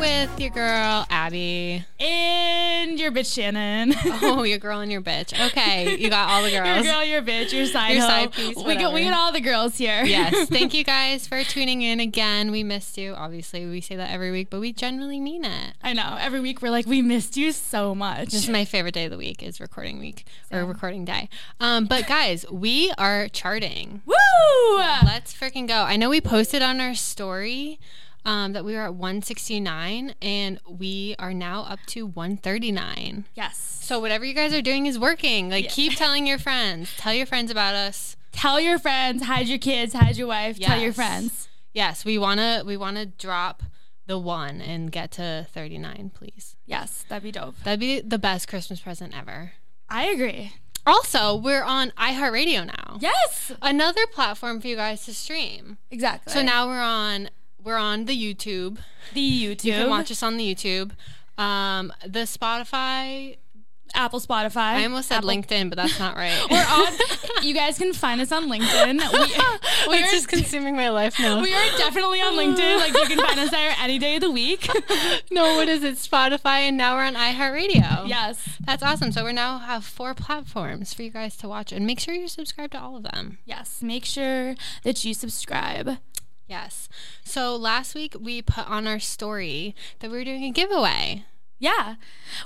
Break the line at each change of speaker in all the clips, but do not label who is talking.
with your girl, Abby.
And your bitch Shannon.
Oh, your girl and your bitch. Okay, you got all the
your
girls.
girl, your bitch, your side,
Your
hoe.
side piece,
we get we
whatever.
get all the girls here.
yes. Thank you guys for tuning in again. We missed you. Obviously, we say that every week, but we generally mean it.
I know. Every week we're like, we missed you so much.
This is my favorite day of the week is recording week or recording day. Um, but guys, we are charting.
Woo!
Let's freaking go. I know we posted on our story um, that we were at 169 and we are now up to 139.
Yes.
So whatever you guys are doing is working. Like
Yeah.
keep telling your friends. Tell your friends about us.
Tell your friends, hide your kids, hide your wife, tell your
Yes.
friends.
Yes, we want to we want to drop the 1 and get to 39, please.
Yes, that'd be dope.
That'd be the best Christmas present ever.
I agree.
Also, we're on iHeartRadio now.
Yes.
Another platform for you guys to stream.
Exactly.
So now we're on we're on the YouTube.
the YouTube.
You can watch us on the YouTube. Um, the Spotify.
Apple Spotify.
I almost said LinkedIn, but that's not right.
We're on you guys can find us on LinkedIn. We, we
It's just consuming my life now.
We are definitely on LinkedIn. Like you can find us there any day of the week.
no, what is it? Spotify, and now we're on iHeartRadio.
yes.
That's awesome. So we now have four platforms for you guys to watch, and make sure you're subscribed to all of them.
Yes. Make sure that you subscribe.
Yes. So last week we put on our story that we were doing a giveaway.
Yeah.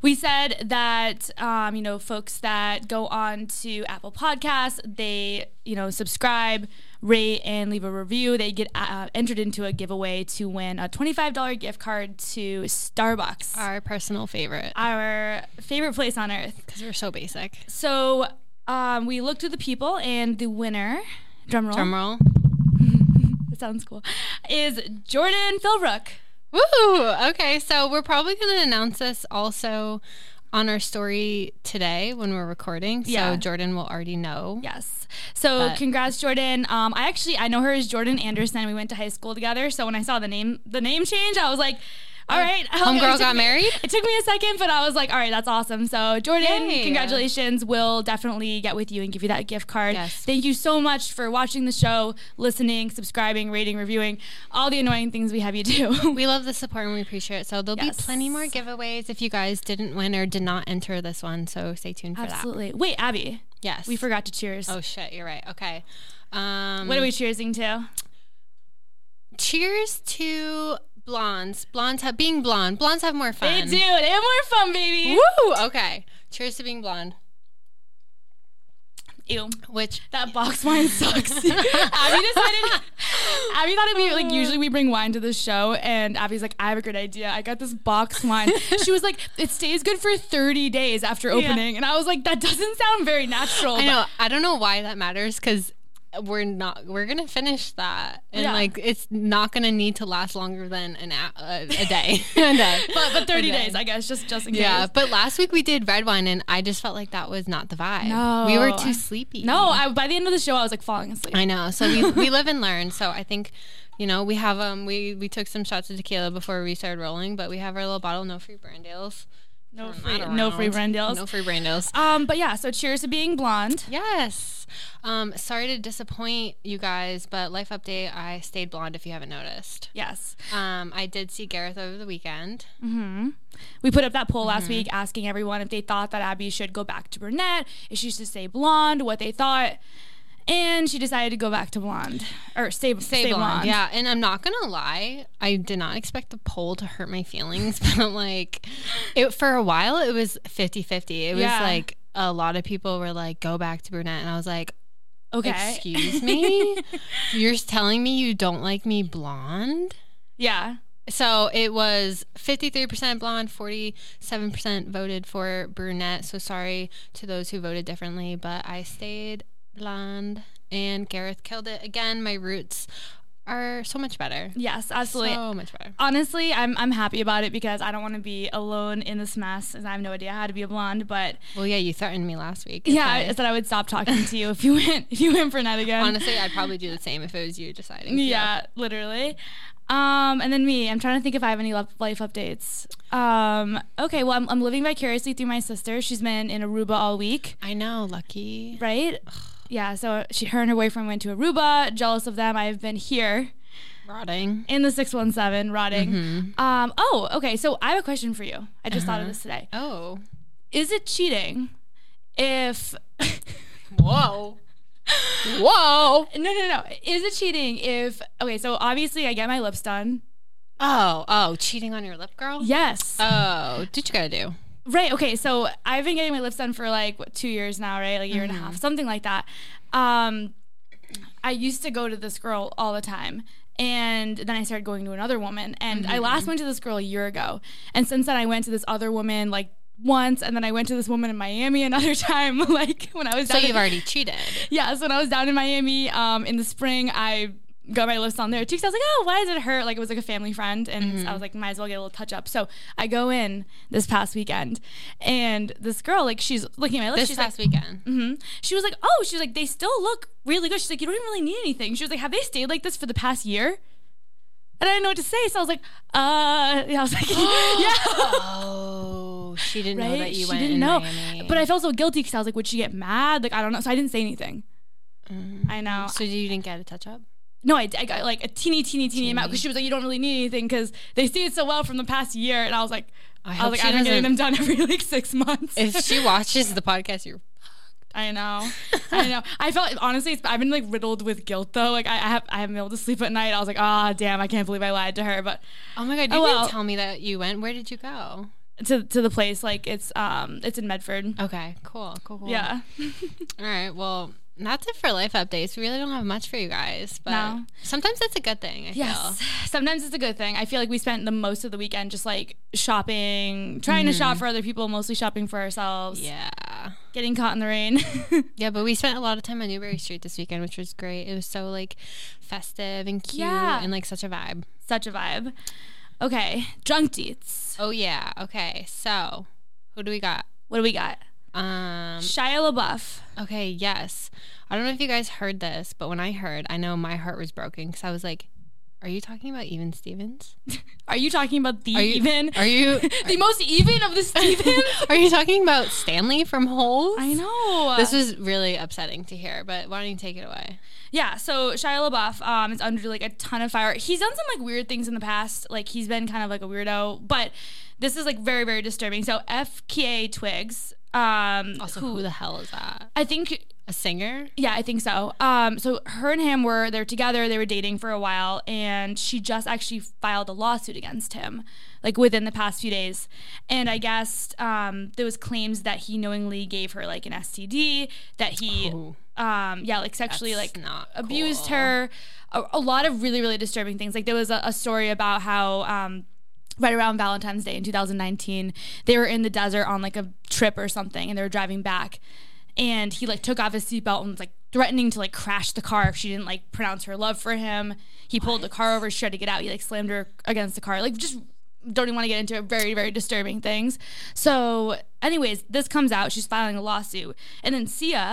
We said that um, you know, folks that go on to Apple Podcasts, they, you know, subscribe, rate and leave a review. They get uh, entered into a giveaway to win a $25 gift card to Starbucks.
Our personal favorite
our favorite place on earth.
because we're so basic.
So um, we looked at the people, and the winner, drum roll,
Drumroll.
that sounds cool, is Jordan Philbrook.
Woo! Okay, so we're probably going to announce this also on our story today when we're recording. So
Yeah.
Jordan will already know.
Yes. So
But-
congrats, Jordan. Um, I actually I know her as Jordan Anderson. We went to high school together. So when I saw the name the name change, I was like. All right, I hope- it
Homegirl
took
got
me-
married?
It took me a second, but I was like, "All right, that's awesome." So, Jordan,
Yay.
congratulations! We'll definitely get with you and give you that gift card.
Yes.
Thank you so much for watching the show, listening, subscribing, rating, reviewing, all the annoying things we have you do.
We love the support and we appreciate it. So there'll
Yes.
be plenty more giveaways if you guys didn't win or did not enter this one. So stay tuned for
Absolutely. Wait, Abby,
that. Yes.
we forgot to cheers.
Oh shit, you're right. Okay. Um
What are we cheersing to?
Cheers to blondes. Blondes have being blonde. Blondes have more fun.
They do. They have more fun, baby.
Woo! Okay. Cheers to being blonde.
Ew.
Which
That box wine sucks. Abby decided. Abby thought it'd be like usually we bring wine to the show, and Abby's like, I have a great idea. I got this box wine. she was like, it stays good for 30 days after opening, and I was like, that doesn't sound very natural.
I know. I don't know why that matters because we're not we're gonna finish that and
Yeah.
like it's not gonna need to last longer than an a, a, a day a day
But, but 30
A day.
days, I guess, just just in
yeah
case.
but last week we did red wine and i just felt like that was not the vibe we were
No.
too sleepy
No, I, by the end of the show, I was like falling asleep.
i know so we, we live and learn so i think you know we have um we we took some shots of tequila before we started rolling but we have our little bottle no free brand deals
No
Um,
free,
not
no free
around.
brand deals.
no free brand deals
Um, but yeah, so cheers to being blonde.
Yes. Um, sorry to disappoint you guys, but life update, I stayed blonde if you haven't noticed.
Yes.
Um, I did see Gareth over the weekend.
We put up that poll
Mm-hmm.
last week asking everyone if they thought that Abby should go back to brunette, if she should stay blonde, what they thought. And she decided to go back to blonde or stay, stay,
Stay, blonde.
blonde.
Yeah, and I'm not gonna lie, I did not expect the poll to hurt my feelings, but I'm like it for a while it was 50-50. It was
Yeah.
like a lot of people were like, go back to brunette and I was like,
Okay.
Excuse me? You're telling me you don't like me blonde?
yeah.
So it was 53% blonde, 47% voted for brunette. So sorry to those who voted differently, but I stayed blonde and Gareth killed it. Again, my roots are so much better.
Yes, absolutely.
So much better.
Honestly, I'm, I'm happy about it because I don't want to be alone in this mess. And I have no idea how to be a blonde, but
Well, yeah, you threatened me last week.
yeah, I
Okay.
said I would stop talking to you if you went if you went brunette again.
Honestly, I'd probably do the same if it was you deciding.
Yeah, literally. Um, and then me, I'm trying to think if I have any lo- life updates. Um, okay, well, I'm, I'm living vicariously through my sister. She's been in Aruba all week,
I know, lucky.
right? Yeah, so she, her and her boyfriend went to Aruba. Jealous of them, I've been here.
Rotting.
in the 617 rotting.
Mm-hmm.
Um, oh, okay. So I have a question for you. I just thought of this today.
Oh.
Is it cheating if. no,
Whoa. Whoa.
no, no. Is it cheating if. Okay, so obviously I get my lips done.
Oh, oh, cheating on your lip girl?
Yes.
Oh, did you gotta do?
Right. Okay. So I've been getting my lips done for like what, two years now, right? Like a year and
Mm-hmm.
a half, something like that. Um, I used to go to this girl all the time. And then I started going to another woman. And
Mm-hmm.
I last went to this girl a year ago. And since then, I went to this other woman like once. And then I went to this woman in Miami another time, like when I was
So
down
you've
in-
already cheated.
yeah, so when I was down in Miami um, in the spring, I got my lips on there too. 'cause I was like, oh, why does it hurt? Like it was like a family friend, and
Mm-hmm.
I was like, might as well get a little touch up. So I go in this past weekend, and this girl, like, she's looking at my lips.
This
she's
past
like,
weekend.
mhm. she was like, oh, she's like, they still look really good. She's like, you don't even really need anything. She was like, have they stayed like this for the past year? And I didn't know what to say, so I was like, uh, yeah, I was like, yeah.
Oh, she didn't know that
Right?
you
She
went
didn't
in
know.
Miami.
But I felt so guilty because I was like, would she get mad? Like, I don't know. So I didn't say anything.
Mm,
I know.
so you didn't get a touch up?
No, I, I got like a teeny, teeny, teeny, amount because she was like, "You don't really need anything because they see it so well from the past year." And I was like,
I
"I,
hope
was like,
she
I've been getting them
doesn't-
done every like six months."
If she watches the podcast, you're
I know, I know. I felt honestly, it's, I've been like riddled with guilt though. Like I, I have, I haven't been able to sleep at night. I was like, "Ah, damn, I can't believe I lied to her." But
Oh my god, you
Oh, well.
didn't tell me that you went. Where did you go?
to to the place, like it's um, it's in Medford.
Okay, cool, cool, cool.
Yeah,
All right. Well, that's it for life updates. We really don't have much for you guys, but
No.
sometimes that's a good thing. I feel.
yes. Sometimes it's a good thing. I feel like we spent the most of the weekend just like shopping, trying to shop for other people, mostly shopping for ourselves,
Mm-hmm. Yeah.
getting caught in the rain.
Yeah, but we spent a lot of time on Newberry Street this weekend, which was great. It was so like festive and cute
Yeah.
and like such a vibe.
Such a vibe. Okay, drunk deets.
Oh yeah. Okay. So, who do we got?
What do we got?
Um
Shia LaBeouf.
okay, yes. I don't know if you guys heard this, but when I heard, I know my heart was broken cuz I was like, are you talking about Even Stevens?
Are you talking about the
Are you
even?
Are you
the most even of the Stevens?
Are you talking about Stanley from Holes?
I know.
This was really upsetting to hear, but why don't you take it away?
yeah. So Shia LaBeouf um, is under like a ton of fire. He's done some like weird things in the past. Like he's been kind of like a weirdo, but this is like very very disturbing. So FKA Twigs. Um,
Also, who the hell is that?
I think
A singer?
Yeah, I think so. Um, so her and him were they're together. They were dating for a while, and she just actually filed a lawsuit against him, like within the past few days. And I guess um, there was claims that he knowingly gave her like an STD, that he,
Ooh.
um, yeah, like sexually
Oh. That's
like
not
abused
cool.
her. A, a lot of really really disturbing things. Like there was a, a story about how. Um, right around Valentine's Day in 2019, they were in the desert on like a trip or something and they were driving back. And he like took off his seatbelt and was like threatening to like crash the car if she didn't like pronounce her love for him. He pulled the car over, she tried to get out. He like slammed her against the car. Like just don't even want to get into it. Very, very disturbing things. So, anyways, this comes out. She's filing a lawsuit. And then Sia,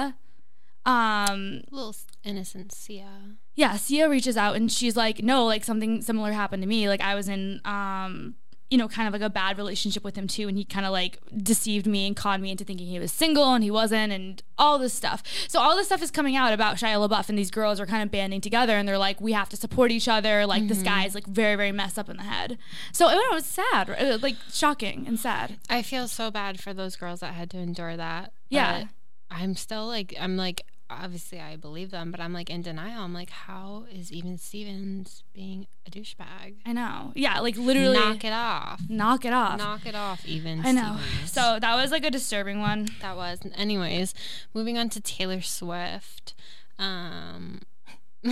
um,
Little innocent Sia.
yeah, Sia reaches out and she's like, no, like something similar happened to me. Like I was in, um, you know, kind of like a bad relationship with him too, and he kind of like deceived me and conned me into thinking he was single and he wasn't, and all this stuff. So all this stuff is coming out about Shia LaBeouf, and these girls are kind of banding together, and they're like, we have to support each other. Like
Mm-hmm.
this guy's like very, very messed up in the head. So I don't know, it was sad, right? It was, like shocking and sad.
I feel so bad for those girls that had to endure that.
Yeah.
but I'm still like, I'm like, obviously I believe them, but I'm like in denial. I'm like, how is even Stevens being a douchebag?
I know. Yeah, like literally
Knock it off.
knock it off.
Knock it off, even.
I know.
Stevens.
So that was like a disturbing one.
that was. Anyways, moving on to Taylor Swift. Um,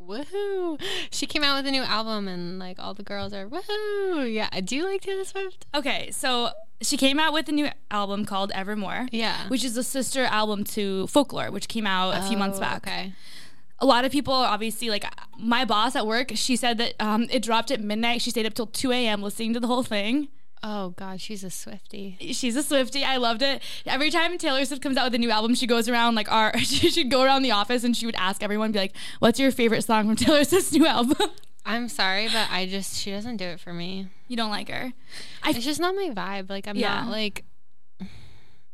woohoo! She came out with a new album, and like all the girls are woohoo. Yeah, I do like Taylor Swift.
Okay, so she came out with a new album called Evermore.
Yeah.
Which is a sister album to Folklore, which came out a few months
Oh,
back.
Okay.
A lot of people, obviously, like my boss at work, she said that um, it dropped at midnight. She stayed up till 2 a.m. listening to the whole thing.
Oh God, she's a Swifty.
She's a Swifty. I loved it. Every time Taylor Swift comes out with a new album, she goes around like our, she should go around the office and she would ask everyone, be like, what's your favorite song from Taylor Swift's new album?
I'm sorry, but I just she doesn't do it for me.
you don't like her.
It's just not my vibe. Like I'm
Yeah.
not like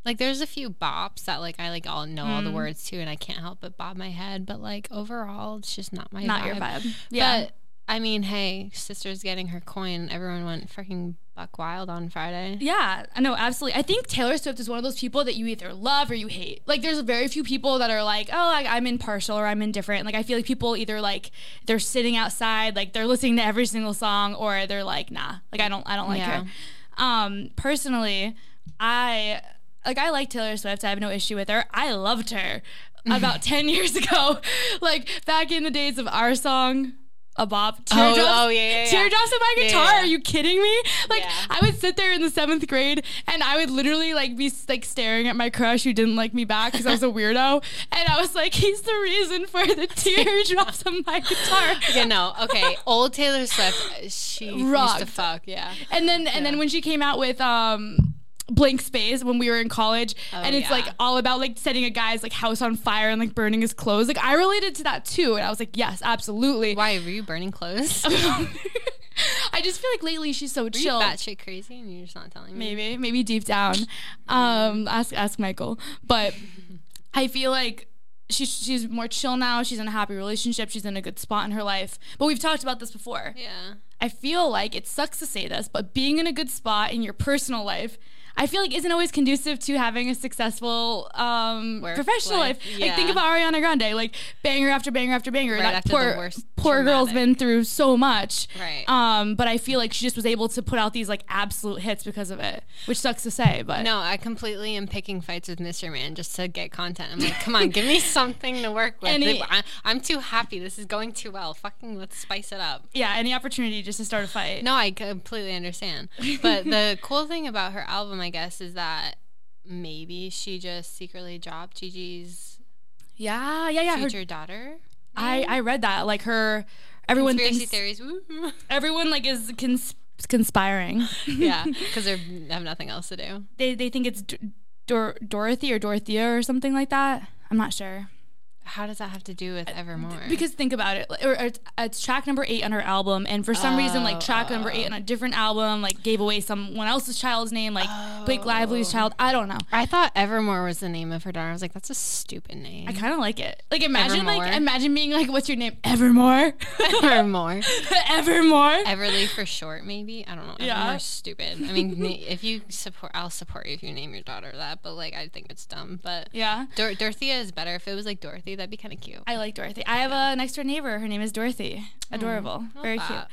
Like there's a few bops that like I like all know all the
Mm.
words to and I can't help but bob my head, but like overall it's just not my
Not
vibe.
your vibe. Yeah.
But I mean, hey, sister's getting her coin. Everyone went freaking buck wild on Friday.
yeah, I know, absolutely. I think Taylor Swift is one of those people that you either love or you hate. Like, there's very few people that are like, oh, like, I'm impartial or I'm indifferent. Like, I feel like people either like they're sitting outside, like they're listening to every single song, or they're like, nah, like I don't, I don't like
Yeah.
her. Um, personally, I like I like Taylor Swift. I have no issue with her. I loved her about ten years ago, like back in the days of our song. A bop, teardrops,
oh, yeah, yeah, yeah.
teardrops on my
yeah,
guitar.
yeah.
Are you kidding me? Like
Yeah.
I would sit there in the seventh grade, and I would literally like be like staring at my crush who didn't like me back because I was a weirdo, and I was like, he's the reason for the teardrops on my guitar.
Yeah, no, okay. Old Taylor Swift, uh, she used
Rocked.
to fuck, yeah.
And then and then when she came out with um blank space when we were in college and it's
Oh, yeah.
like all about like setting a guy's like house on fire and like burning his clothes like i related to that too and i was like yes absolutely
Why were you burning clothes? Were
i just feel like lately she's so
you
chill
batshit crazy and you're just not telling me?
maybe maybe deep down um ask ask michael but i feel like she's she's more chill now she's in a happy relationship she's in a good spot in her life but we've talked about this before
Yeah.
I feel like it sucks to say this, but being in a good spot in your personal life, I feel like isn't always conducive to having a successful um,
Work
professional life.
life,
Like think
yeah.
about Ariana Grande, like banger after banger after banger.
Right
that
after the
poor
worst
poor girl's
traumatic.
been through so much.
Right.
Um, but I feel like she just was able to put out these like absolute hits because of it, which sucks to say, but
No, I completely am picking fights with Mr. Man just to get content. I'm like, come on, give me something to work with.
Any-
I, I'm too happy. This is going too well. Fucking let's spice it up.
yeah, any opportunity just to start a fight.
No, I completely understand. But the cool thing about her album, I guess, is that maybe she just secretly dropped Gigi's
Yeah, yeah, yeah. her-
future daughter.
I, I read that. Like her everyone
Conspiracy
thinks
theories. Woo.
everyone like is cons- conspiring.
yeah, because they have nothing else to do.
they they think it's D- Dor- Dorothy or Dorothea or something like that. I'm not sure
How does that have to do with Evermore?
because think about it. Like, or, or it's, it's track number eight on her album, and for some reason, like track number eight on a different album, like gave away someone else's child's name, like Blake Lively's child. I don't know.
I thought Evermore was the name of her daughter. I was like, that's a stupid name.
I kind of like it. Like imagine like
Evermore.
imagine being like, what's your name? Evermore,
Evermore.
Evermore.
Everly for short, maybe. I don't know.
Yeah.
Evermore's stupid. I mean, na- if you support, I'll support you if you name your daughter that, but like, I think it's dumb. But
yeah.
Dor- Dorothea is better. If it was like Dorothy, that'd be kind of cute.
I like Dorothy. I have a next door neighbor. Her name is Dorothy. Adorable. Very cute.
Mm. that.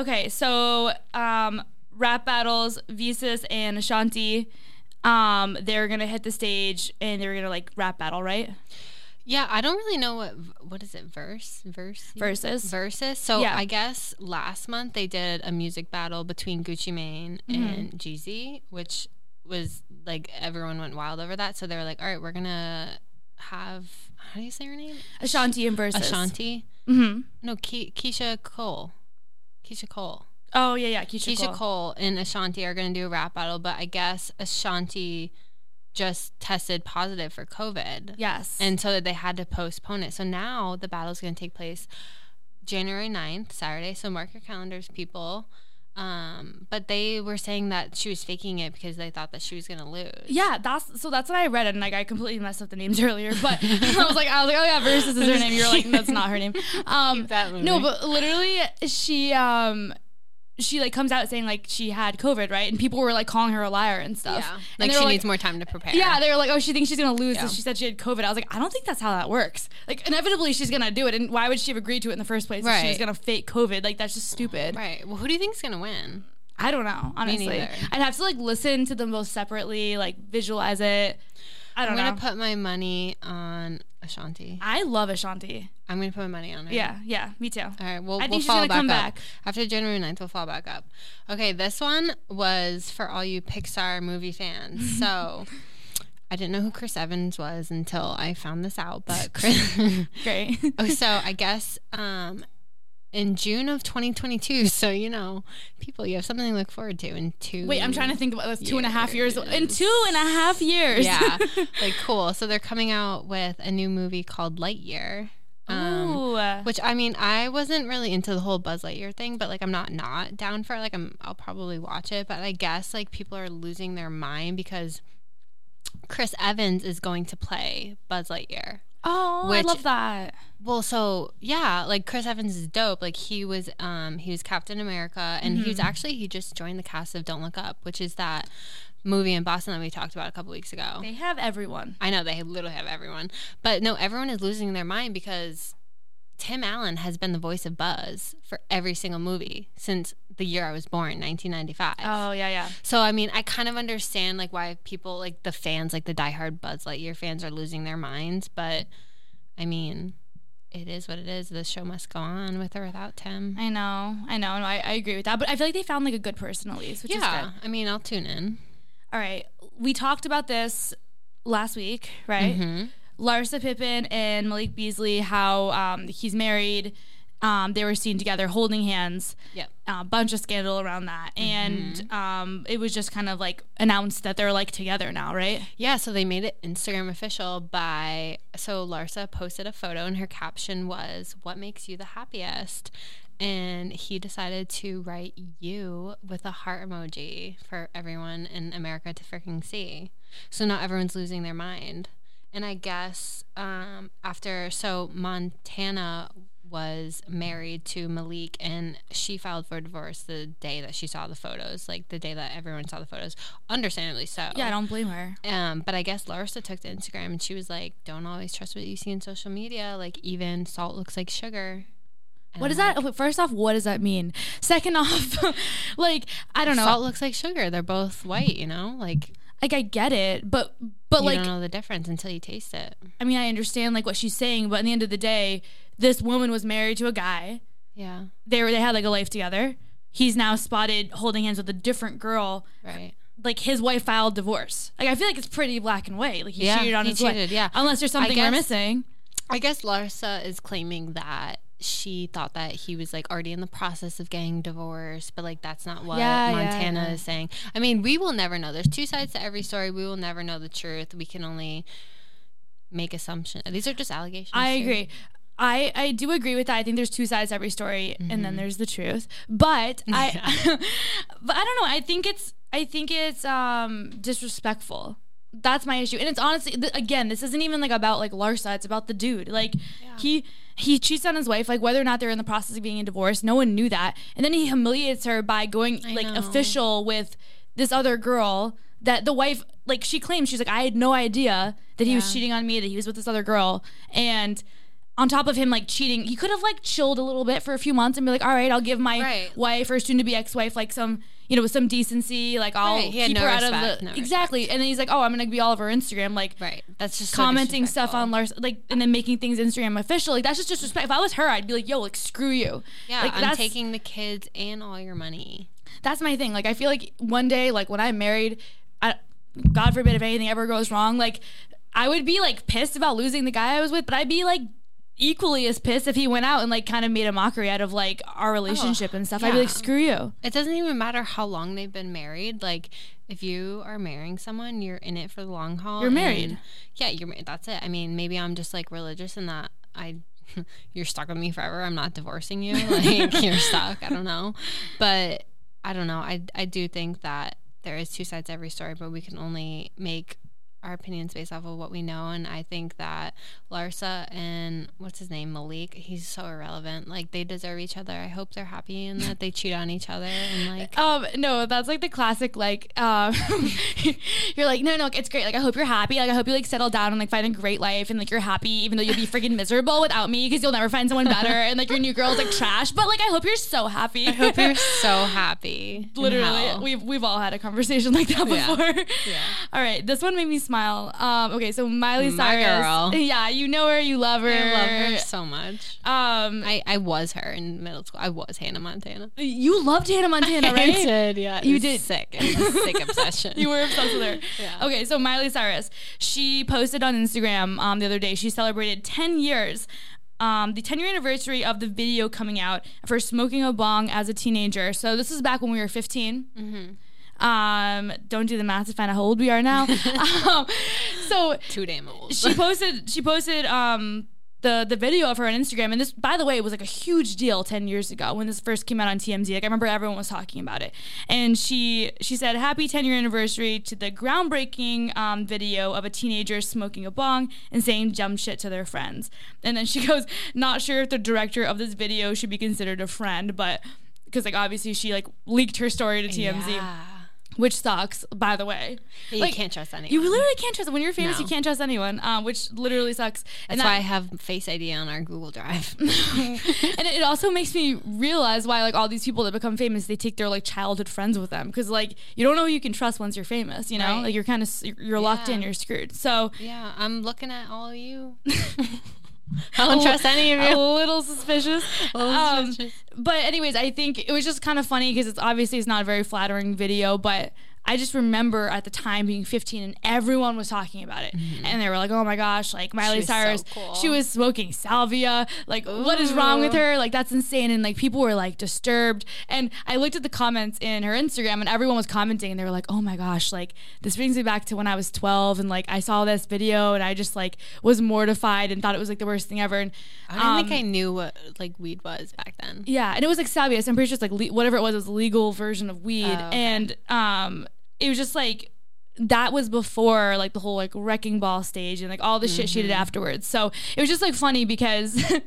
Okay, so um, rap battles, Visas and Ashanti. Um, they're gonna hit the stage and they're gonna like rap battle, right?
Yeah, I don't really know what v- what is it verse verse
Versus.
versus. So
Yeah.
I guess last month they did a music battle between Gucci Mane
Mm-hmm.
and Jeezy, which was like everyone went wild over that. So they were like, all right, we're gonna have how do you say her name?
Ashanti and versus.
Ashanti.
hmm
No, Ke- Keisha Cole. Keisha Cole.
Oh yeah, yeah. Keisha,
Keisha
Cole.
Cole and Ashanti are going to do a rap battle, but I guess Ashanti just tested positive for COVID.
Yes.
And so they had to postpone it. So now the battle is going to take place January 9th, Saturday. So mark your calendars, people. Um, but they were saying that she was faking it because they thought that she was going to lose.
yeah, that's so that's what I read and like I completely messed up the names earlier, but I was like I was like, Oh yeah, Versus is her name. You're like, that's not her name. Um
that
No, but literally she um she like comes out saying like she had COVID, right? And people were like calling her a liar and stuff.
yeah.
and
Like
they
she
were,
needs more time to prepare.
Yeah, they were like, oh, she thinks she's gonna lose
Yeah.
because she said she had COVID. I was like, I don't think that's how that works. Like, inevitably she's gonna do it, and why would she have agreed to it in the first place? If she was
Right.
gonna fake COVID. Like, that's just stupid.
Right. Well, who do you think's going to win?
I don't know. Honestly,
neither.
I'd have to like listen to them both separately, like visualize it. I
I'm
don't know.
going to put my money on Ashanti.
I love Ashanti.
I'm going to put my money on her.
Yeah, yeah, me too.
All right, we'll,
I think
we'll
she's
follow
gonna
back
come
up.
back.
After January 9th, we'll follow back up. Okay, this one was for all you Pixar movie fans. So I didn't know who Chris Evans was until I found this out. But Chris,
Great.
oh, so I guess um, in June of 2022, so you know, people, you have something to look forward to in two.
Wait, I'm trying to think about that's two and a half years. In two and a half years.
Yeah, like cool. So they're coming out with a new movie called Lightyear.
Oh, Ooh.
Which I mean, I wasn't really into the whole Buzz Lightyear thing, but like I'm not not down for it. Like I'm, I'll probably watch it, but I guess like people are losing their mind because Chris Evans is going to play Buzz Lightyear.
Oh,
Which-
I love that.
Well, so yeah, like Chris Evans is dope. Like he was, um, he was Captain America, and he was actually he just joined the cast of Don't Look Up, which is that movie in Boston that we talked about a couple weeks ago.
They have everyone.
I know they literally have everyone, but no, everyone is losing their mind because Tim Allen has been the voice of Buzz for every single movie since the year I was born, 1995.
Oh yeah, yeah.
So I mean, I kind of understand like why people like the fans, like the diehard Buzz Lightyear fans, are losing their minds. But I mean, it is what it is. The show must go on with or without Tim.
I know, I know, no, I, I agree with that. But I feel like they found like a good person at least, which is
yeah,
good.
I mean, I'll tune in.
All right, we talked about this last week, right?
Mm-hmm.
Larsa Pippen and Malik Beasley, how um, he's married. Um, they were seen together holding hands.
Yep.
A bunch of scandal around that, and um, it was just kind of like announced that they're like together now, right?
Yeah, so they made it Instagram official by so Larsa posted a photo and her caption was what makes you the happiest? And he decided to write you with a heart emoji for everyone in America to freaking see. So now everyone's losing their mind. And I guess um, after so Montana was married to Malik and she filed for divorce the day that she saw the photos, like the day that everyone saw the photos. Understandably so.
Yeah, I don't blame her.
Um, but I guess Larsa took to Instagram and she was like, "Don't always trust what you see in social media. Like even salt looks like sugar." And
What
I'm
does
like,
that? okay, First off, what does that mean? Second off, like I don't know.
Salt looks like sugar. They're both white, you know. Like you
Like I get it, but but like
don't know the difference until you taste it.
I mean, I understand like what she's saying, but in the end of the day, this woman was married to a guy.
Yeah,
They were they had like a life together. He's now spotted holding hands with a different girl.
right.
Like his wife filed divorce. Like I feel like it's pretty black and white. Like he
Yeah,
cheated on
he
his wife.
cheated, yeah.
Unless there's something we're
guess-
missing.
I guess Larsa is claiming that she thought that he was like already in the process of getting divorced, but like that's not what
Yeah, yeah,
Montana
yeah.
is saying. I mean, we will never know. There's two sides to every story. We will never know the truth. We can only make assumptions. These are just allegations.
I
too.
agree. I, I do agree with that. I think there's two sides to every story, and then there's the truth. But I, but I don't know. I think it's I think it's um, disrespectful. That's my issue, and it's honestly th- again, this isn't even like about like Larsa. It's about the dude. Like he he cheats on his wife. Like whether or not they're in the process of being divorced, no one knew that. And then he humiliates her by going like
know.
official with this other girl that the wife like she claims she's like I had no idea that he was
Yeah.
cheating on me that he was with this other girl and on top of him like cheating he could have like chilled a little bit for a few months and be like all right I'll give my
Right.
wife or soon to be ex-wife like some you know some decency like I'll
Right, he had
keep
no
her out of
respect,
the
no
exactly and then he's like oh I'm gonna be all over Instagram like
Right. That's just so
commenting stuff
disrespectful.
on Lars like and then making things Instagram official like that's just disrespect if I was her I'd be like yo like screw you
Yeah,
like
I'm
that's-
taking the kids and all your money.
that's my thing. Like I feel like one day, like when I'm married, I, God forbid if anything ever goes wrong, like I would be like pissed about losing the guy I was with, but I'd be like equally as pissed if he went out and like kind of made a mockery out of like our relationship and stuff. I'd be
yeah.
like, screw you.
It doesn't even matter how long they've been married. Like, if you are marrying someone, you're in it for the long haul.
You're married.
and- yeah, you're married. That's it. I mean, maybe I'm just like religious in that I. You're stuck with me forever. I'm not divorcing you. Like you're stuck. I don't know, but I don't know. I I do think that there is two sides to every story, but we can only make our opinions based off of what we know. And I think that Larsa and what's his name, Malik, he's so irrelevant. Like they deserve each other. I hope they're happy and that they cheat on each other. And like,
Um, no, that's like the classic, like, um, you're like, no, no, it's great. Like, I hope you're happy. Like, I hope you like settle down and like find a great life and like you're happy, even though you'll be freaking miserable without me because you'll never find someone better and like your new girl's like trash. But like, I hope you're so happy. I
hope you're so happy. in
Literally,
hell.
we've we've all had a conversation like that
Yeah.
before. All right, this one made me smile. Um, okay, so Miley
My
Cyrus.
girl.
Yeah, you know her, you love her.
I love her so much.
Um,
I, I was her in middle school. I was Hannah Montana.
you loved Hannah Montana,
I
right?
did, yeah.
You
You
did.
did sick. It was a sick obsession.
You were obsessed with her.
Yeah.
Okay, so Miley Cyrus, she posted on Instagram um, the other day. She celebrated 10 years, um, the 10 year anniversary of the video coming out for smoking a bong as a teenager. So this is back when we were 15. Um, don't do the math to find out how old we are now. um, so
too damn old.
she posted she posted um the the video of her on Instagram, and this, by the way, was like a huge deal ten years ago when this first came out on TMZ. Like I remember everyone was talking about it, and she she said, "Happy ten year anniversary to the groundbreaking um, video of a teenager smoking a bong and saying dumb shit to their friends." And then she goes, "Not sure if the director of this video should be considered a friend, but." Because like obviously she like leaked her story to TMZ,
Yeah.
which sucks. By the way,
You
Like,
can't trust anyone.
you literally can't trust when you're famous.
No.
You can't trust anyone, um, which literally sucks.
That's why I have Face ID on our Google Drive.
and it also makes me realize why like all these people that become famous they take their like childhood friends with them because like you don't know who you can trust once you're famous you know
Right.
like you're kind of you're you're locked
Yeah.
in you're screwed so
yeah, I'm looking at all of you. I don't trust any of
Oh, a
you.
little suspicious
A little
Um,
suspicious.
but anyways i think it was just kind of funny because it's obviously it's not a very flattering video but I just remember at the time being 15 and everyone was talking about it. And they were like, oh my gosh, like
Mm-hmm.
Miley
was so
Cyrus,
cool.
she was smoking salvia. Like, what is wrong with
Ooh.
her? her, Like that's insane. And like people were like disturbed. And I looked at the comments in her Instagram and everyone was commenting and they were like, Oh my gosh, like this brings me back to when I was twelve and like I saw this video and I just like was mortified and thought it was like the worst thing ever. And
I don't
um,
think I knew what like weed was back then.
yeah, and it was like salvia. So I'm pretty sure it's like le- whatever it was, it was a legal version of weed,
Oh, okay.
and um, it was just like that was before like the whole like wrecking ball stage and like all the shit she
Mm-hmm.
did afterwards. So it was just like funny because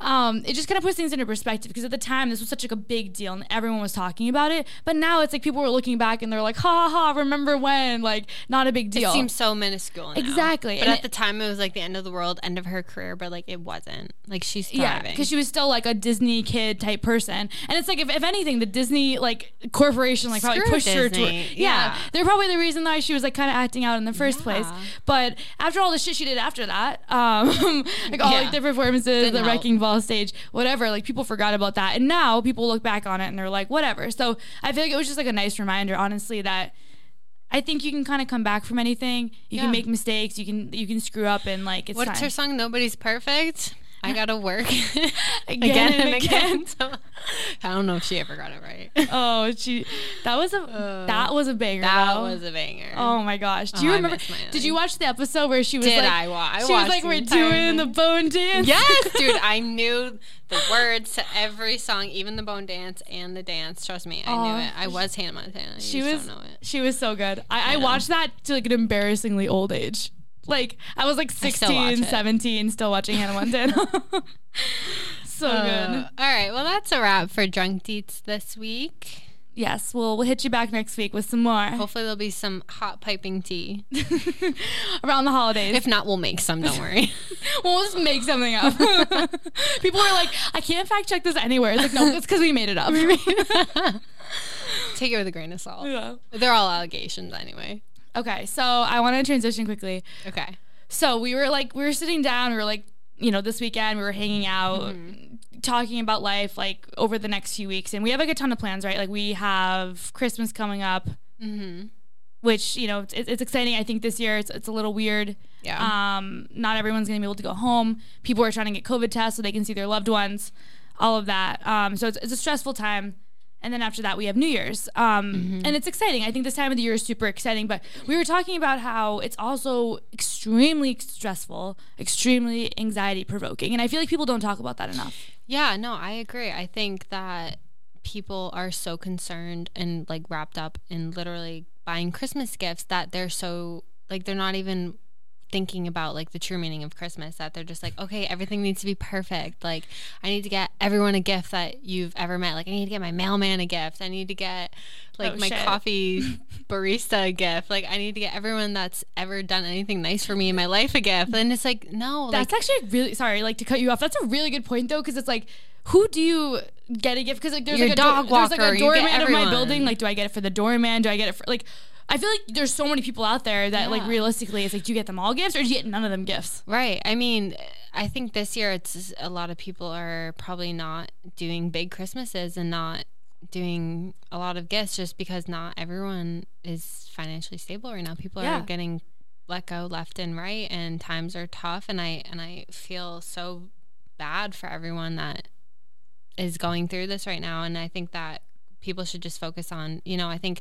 um, it just kind of puts things into perspective because at the time this was such like a big deal and everyone was talking about it, but now it's like people were looking back and they're like, ha ha, ha, remember when? Like not a big deal.
It seems so minuscule. Now.
Exactly,
But
and
at
it-
the time, it was like the end of the world, end of her career. But like, it wasn't. Like, she's
Yeah,
thriving.
because she was still like a Disney kid type person, and it's like if, if anything, the Disney like corporation like probably
Screw
pushed her to
Disney.
yeah.
Yeah.
they're probably the reason why she was like kind of acting out in the first place.
Yeah.
But after all the shit she did after that, um, like all
Yeah.
like the performances, the
help.
wrecking ball stage, whatever, like people forgot about that, and now people look back on it and they're like whatever. So I feel like it was just like a nice reminder, honestly, that. I think you can kind of come back from anything. You
Yeah.
can make mistakes. You can you can screw up and like it's
What's
fine.
her song? Nobody's perfect. I gotta work again,
Again and
and again.
again.
So, I don't know if she ever got it right.
Oh, she that was a that was a banger.
Uh, That
though.
was a banger.
Oh my gosh! Do you
Oh, I
remember?
miss Miley.
Did you watch the episode where she was
Did
like,
I wa- I
she was
watched
like,
the
we're
entire
doing the
thing."
bone dance.
Yes, dude, I knew the words to every song, even the bone dance and the dance. Trust me, I
Aw.
knew it. I was Hannah Montana.
she
She was.
was
Don't know it.
she was so good. I, I watched that to like an embarrassingly old age. Like I was like
still watch
16,
it.
17, still watching Hannah Montana. so
Uh,
good.
all right, well, that's a wrap for drunk deets this week.
Yes, we'll we'll hit you back next week with some more
Hopefully, there'll be some hot piping tea.
around the holidays.
If not, we'll make some. Don't worry.
we'll just make something up. People are like, I can't fact check this anywhere. It's like no, it's because we made it up.
Take it with a grain of salt.
Yeah.
They're all allegations anyway.
Okay, so I want to transition quickly.
Okay.
So we were like, we were sitting down, we were like, you know, this weekend we were hanging out, talking about life like over the next few weeks, and we have like a ton of plans, right? Like we have Christmas coming up, which you know it's, it's exciting. I think this year it's it's a little weird.
Yeah.
Um, not everyone's gonna be able to go home. People are trying to get COVID tests so they can see their loved ones, all of that. Um, so it's, it's a stressful time. And then after that, we have New Year's. Um, And it's exciting. I think this time of the year is super exciting. But we were talking about how it's also extremely stressful, extremely anxiety provoking. And I feel like people don't talk about that enough.
yeah. No, I agree. I think that people are so concerned and like wrapped up in literally buying Christmas gifts that they're so like they're not even thinking about like the true meaning of Christmas that they're just like okay everything needs to be perfect like I need to get everyone a gift that you've ever met like I need to get my mailman a gift I need to get like
Oh,
my
shit.
coffee barista a gift like I need to get everyone that's ever done anything nice for me in my life a gift and it's like no like
That's actually really sorry, like to cut you off. That's a really good point though, because it's like, who do you get a gift? Because like there's
Your
like a
dog
door- there's
walker,
like
you get
a doorman of my
everyone.
building. Like, do I get it for the doorman? Do I get it for like? I feel like there's so many people out there that like
Yeah.
realistically, it's like, do you get them all gifts or do you get none of them gifts?
Right. I mean, I think this year it's a lot of people are probably not doing big Christmases and not doing a lot of gifts just because not everyone is financially stable right now. People
Yeah.
are getting let go left and right and times are tough and I and I feel so bad for everyone that is going through this right now and I think that people should just focus on, you know, I think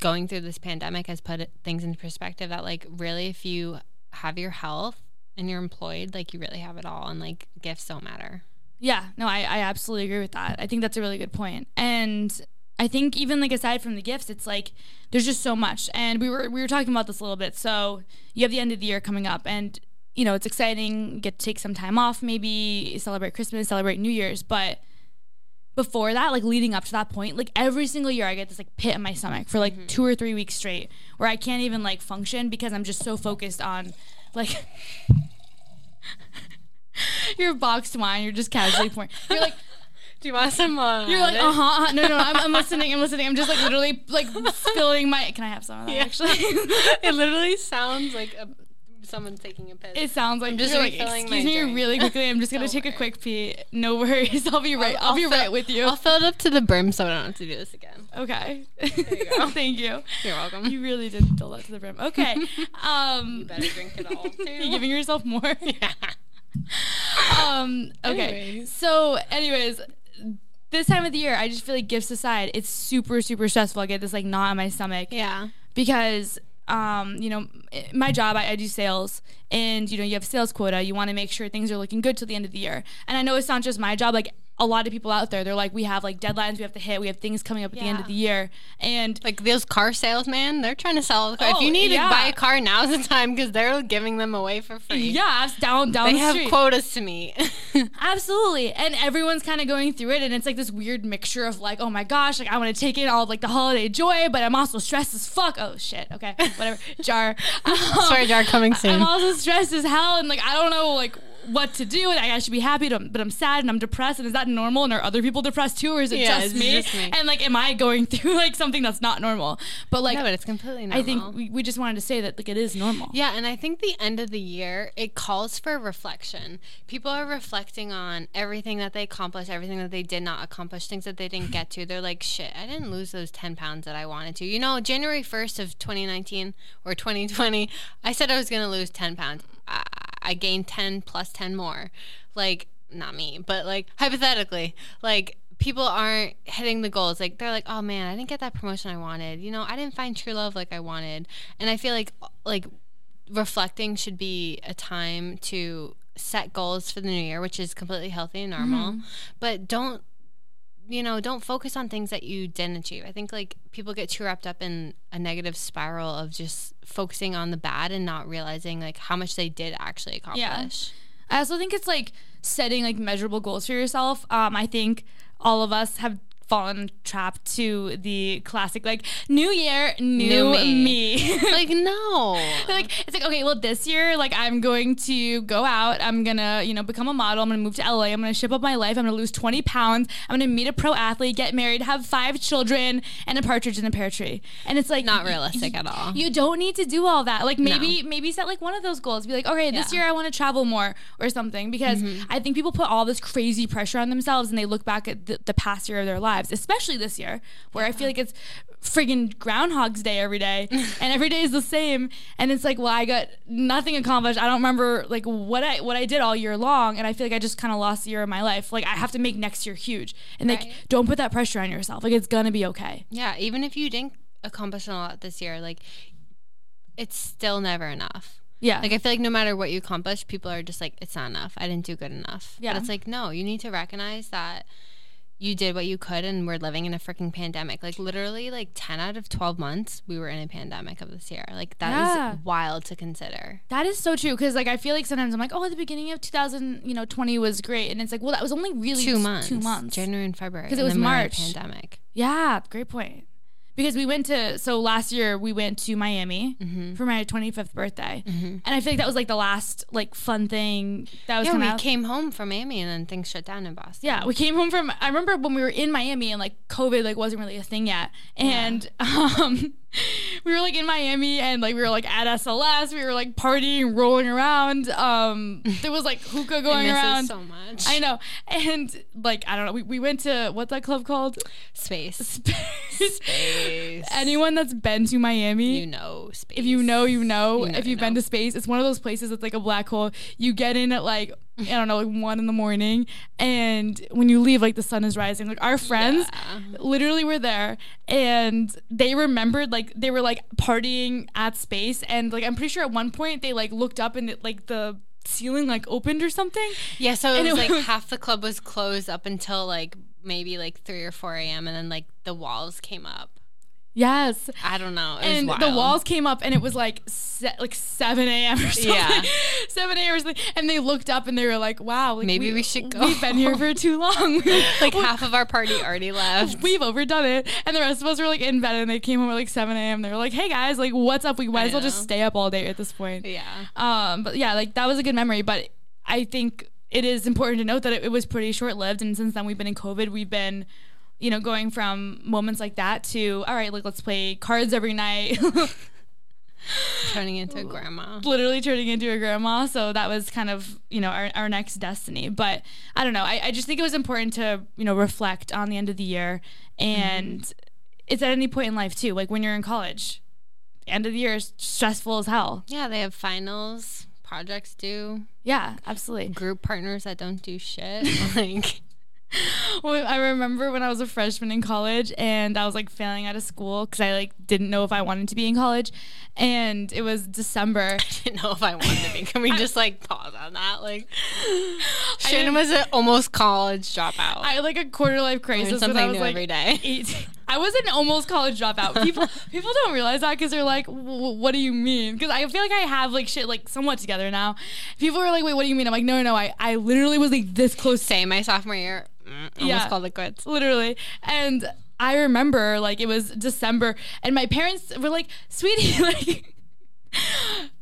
going through this pandemic has put it- things into perspective that like really if you have your health and you're employed, like you really have it all, and like gifts don't matter.
Yeah, no, I, I absolutely agree with that. I think that's a really good point. And I think even like aside from the gifts, it's like there's just so much. And we were we were talking about this a little bit. So you have the end of the year coming up and you know, it's exciting, you get to take some time off, maybe celebrate Christmas, celebrate New Year's, but before that, like leading up to that point, like every single year I get this like pit in my stomach for
Mm-hmm.
like two or three weeks straight where I can't even like function because I'm just so focused on like your boxed wine, you're just casually pouring. You're like
Do you want some? Uh,
you're like, uh huh. Uh-huh. No, no, I'm, I'm listening. I'm listening. I'm just like literally like spilling my. Can I have some of that? Actually,
it literally sounds like a, someone's taking a piss.
it sounds like
I'm just
just you're like,
refilling
excuse
my
me
drink."
really quickly. I'm just gonna
Don't
take a
worry.
quick pee. No worries. I'll be right. I'll, be
fill-
right with you.
I'll fill it up to the brim so I don't have to do this again.
okay.
you go.
Thank you.
You're welcome.
You really did fill that to the brim. Okay. Um,
You better drink it all, too.
you're giving yourself more.
Yeah.
um okay
Anyways.
so anyways this time of the year i just feel like gifts aside it's super super stressful i get this like knot in my stomach
Yeah.
because um you know i- my job I, I do sales and you know you have sales quota you want to make sure things are looking good till the end of the year and i know it's not just my job like a lot of people out there they're like we have like deadlines we have to hit we have things coming up at the end of
Yeah.
the year and
Like those car salesmen, they're trying to sell. The car. if
Oh,
you need
yeah.
to buy a car, now's the time because they're giving them away for free.
yeah it's down down
They
the
have
street.
quotas to meet.
Absolutely. And everyone's kind of going through it and it's like this weird mixture of like, oh my gosh, like I want to take in all like the holiday joy, but I'm also stressed as fuck. Oh shit. Okay. Whatever. jar. Um,
Swear jar coming soon.
I'm also stressed as hell and like I don't know like what to do and I, I should be happy to, but I'm sad and I'm depressed and is that normal and are other people depressed too or is it
Yeah,
just,
it's
me?
just me.
And like am I going through like something that's not normal? But like
no, but it's completely normal.
I think we, we just wanted to say that like it is normal.
Yeah, and I think the end of the year, it calls for reflection. People are reflecting on everything that they accomplished, everything that they did not accomplish, things that they didn't get to. They're like, shit, I didn't lose those 10 pounds that I wanted to. You know, January 1st of 2019 or 2020, I said I was going to lose 10 pounds. I, I gained 10 plus 10 more. Like, not me, but like hypothetically, like people aren't hitting the goals. Like they're like, oh man, I didn't get that promotion I wanted. You know, I didn't find true love like I wanted. And I feel like like reflecting should be a time to set goals for the new year, which is completely healthy and normal. But don't you know, don't focus on things that you didn't achieve. I think like people get too wrapped up in a negative spiral of just focusing on the bad and not realizing like how much they did actually accomplish.
I also think it's like setting like measurable goals for yourself. Um, I think all of us have fallen trapped to the classic like new year, new,
New
me.
me. like no.
like it's like okay, well this year like I'm going to go out. I'm gonna you know become a model. I'm gonna move to LA. I'm gonna ship up my life. I'm gonna lose 20 pounds. I'm gonna meet a pro athlete, get married, have five children, and a partridge in a pear tree. And it's like
Not realistic at all.
you don't need to do all that. Like maybe maybe set like one of those goals. Be like, okay, this
Yeah. Mm-hmm.
year I want to travel more or something. Because I think people put all this crazy pressure on themselves and they look back at the, the past year of their lives, especially this year where I feel like it's friggin' Groundhog's Day every day and every day is the same. And it's like, well, I got nothing accomplished. I don't remember like what I what I did all year long, and I feel like I just kind of lost the year of my life. Like I have to make next year huge, and like
Right.
don't put that pressure on yourself. Like it's gonna be okay.
Yeah, even if you didn't accomplish a lot this year, like it's still never enough.
Yeah.
Like I feel like no matter what you accomplish, people are just like, it's not enough. I didn't do good enough.
Yeah.
But it's like, no, you need to recognize that you did what you could and we're living in a freaking pandemic. Like literally like ten out of twelve months we were in a pandemic of this year. Like that is
Yeah.
wild to consider.
That is so true because like I feel like sometimes I'm like, oh, the beginning of 2000, you know, 20 was great, and it's like, well, that was only really
Two
s-
months.
Two months.
January and February.
'Cause it
and
was
then we're in a
March.
pandemic.
yeah, great point. Because we went to so last year we went to Miami
Mm-hmm.
for my 25th birthday, and I feel like that was like the last like fun thing that was
Yeah,
coming
we
out.
came home from Miami and then things shut down in Boston.
Yeah, we came home from. I remember when we were in Miami and like COVID like wasn't really a thing yet, and um, we were like in Miami and like we were like at SLS, we were like partying, rolling around. Um, there was like hookah
I
going
miss
around.
it so much.
I know. And like, I don't know. We, we went to what's that club called?
Space. Space.
Anyone that's been to Miami,
you know space.
if you know, you know.
You know,
if
you
you've been
know.
to space, it's one of those places that's like a black hole. You get in at like, I don't know, like one in the morning. And when you leave, like the sun is rising. Like our friends
Yeah.
literally were there and they remembered like they were like partying at space. And like, I'm pretty sure at one point they like looked up and it, like the ceiling like opened or something.
Yeah, so it
And
was
it
like
was-
half the club was closed up until like maybe like three or four a.m. and then like the walls came up.
Yes.
I don't know. It was
and the
wild.
walls came up and it was like se- like 7 a.m or something
Yeah.
7 a.m or something and they looked up and they were like wow like,
Maybe we should go.
we've been here for too long
like
We-
half of our party already left.
We've overdone it, and the rest of us were like in bed, and they came home at like 7 a.m. They were like, "Hey guys, like, what's up? We might
I
as well just
know.
stay up all day at this point."
yeah.
Um, but yeah, like that was a good memory. But I think it is important to note that it, it was pretty short lived, and since then we've been in COVID. We've been, you know, going from moments like that to all right, like let's play cards every night.
Turning into a grandma.
literally turning into a grandma. So that was kind of, you know, our, our next destiny. But I don't know. I, I just think it was important to, you know, reflect on the end of the year. And
Mm-hmm.
it's at any point in life, too. Like when you're in college, end of the year is stressful as hell.
Yeah, they have finals, projects due,
Yeah, absolutely.
group partners that don't do shit. Like
Well, I remember when I was a freshman in college and I was like failing out of school because I like didn't know if I wanted to be in college. And it was December.
didn't know if I wanted to be. Can we just like pause on that? Like
didn't-
Shannon was an almost college dropout.
I had like a quarter life
Learn
crisis. when I
something
was
new
like, e
every day.
eight. I was an almost college dropout. People people don't realize that because they're like, "Wh- "What do you mean?" Because I feel like I have like shit like somewhat together now. People are like, "Wait, what do you mean?" I'm like, "No, no, no. I I literally was like this close, to
Same my sophomore year. Mm, almost
Yeah.
called it quits.
literally." And I remember like it was December, and my parents were like, "Sweetie, like."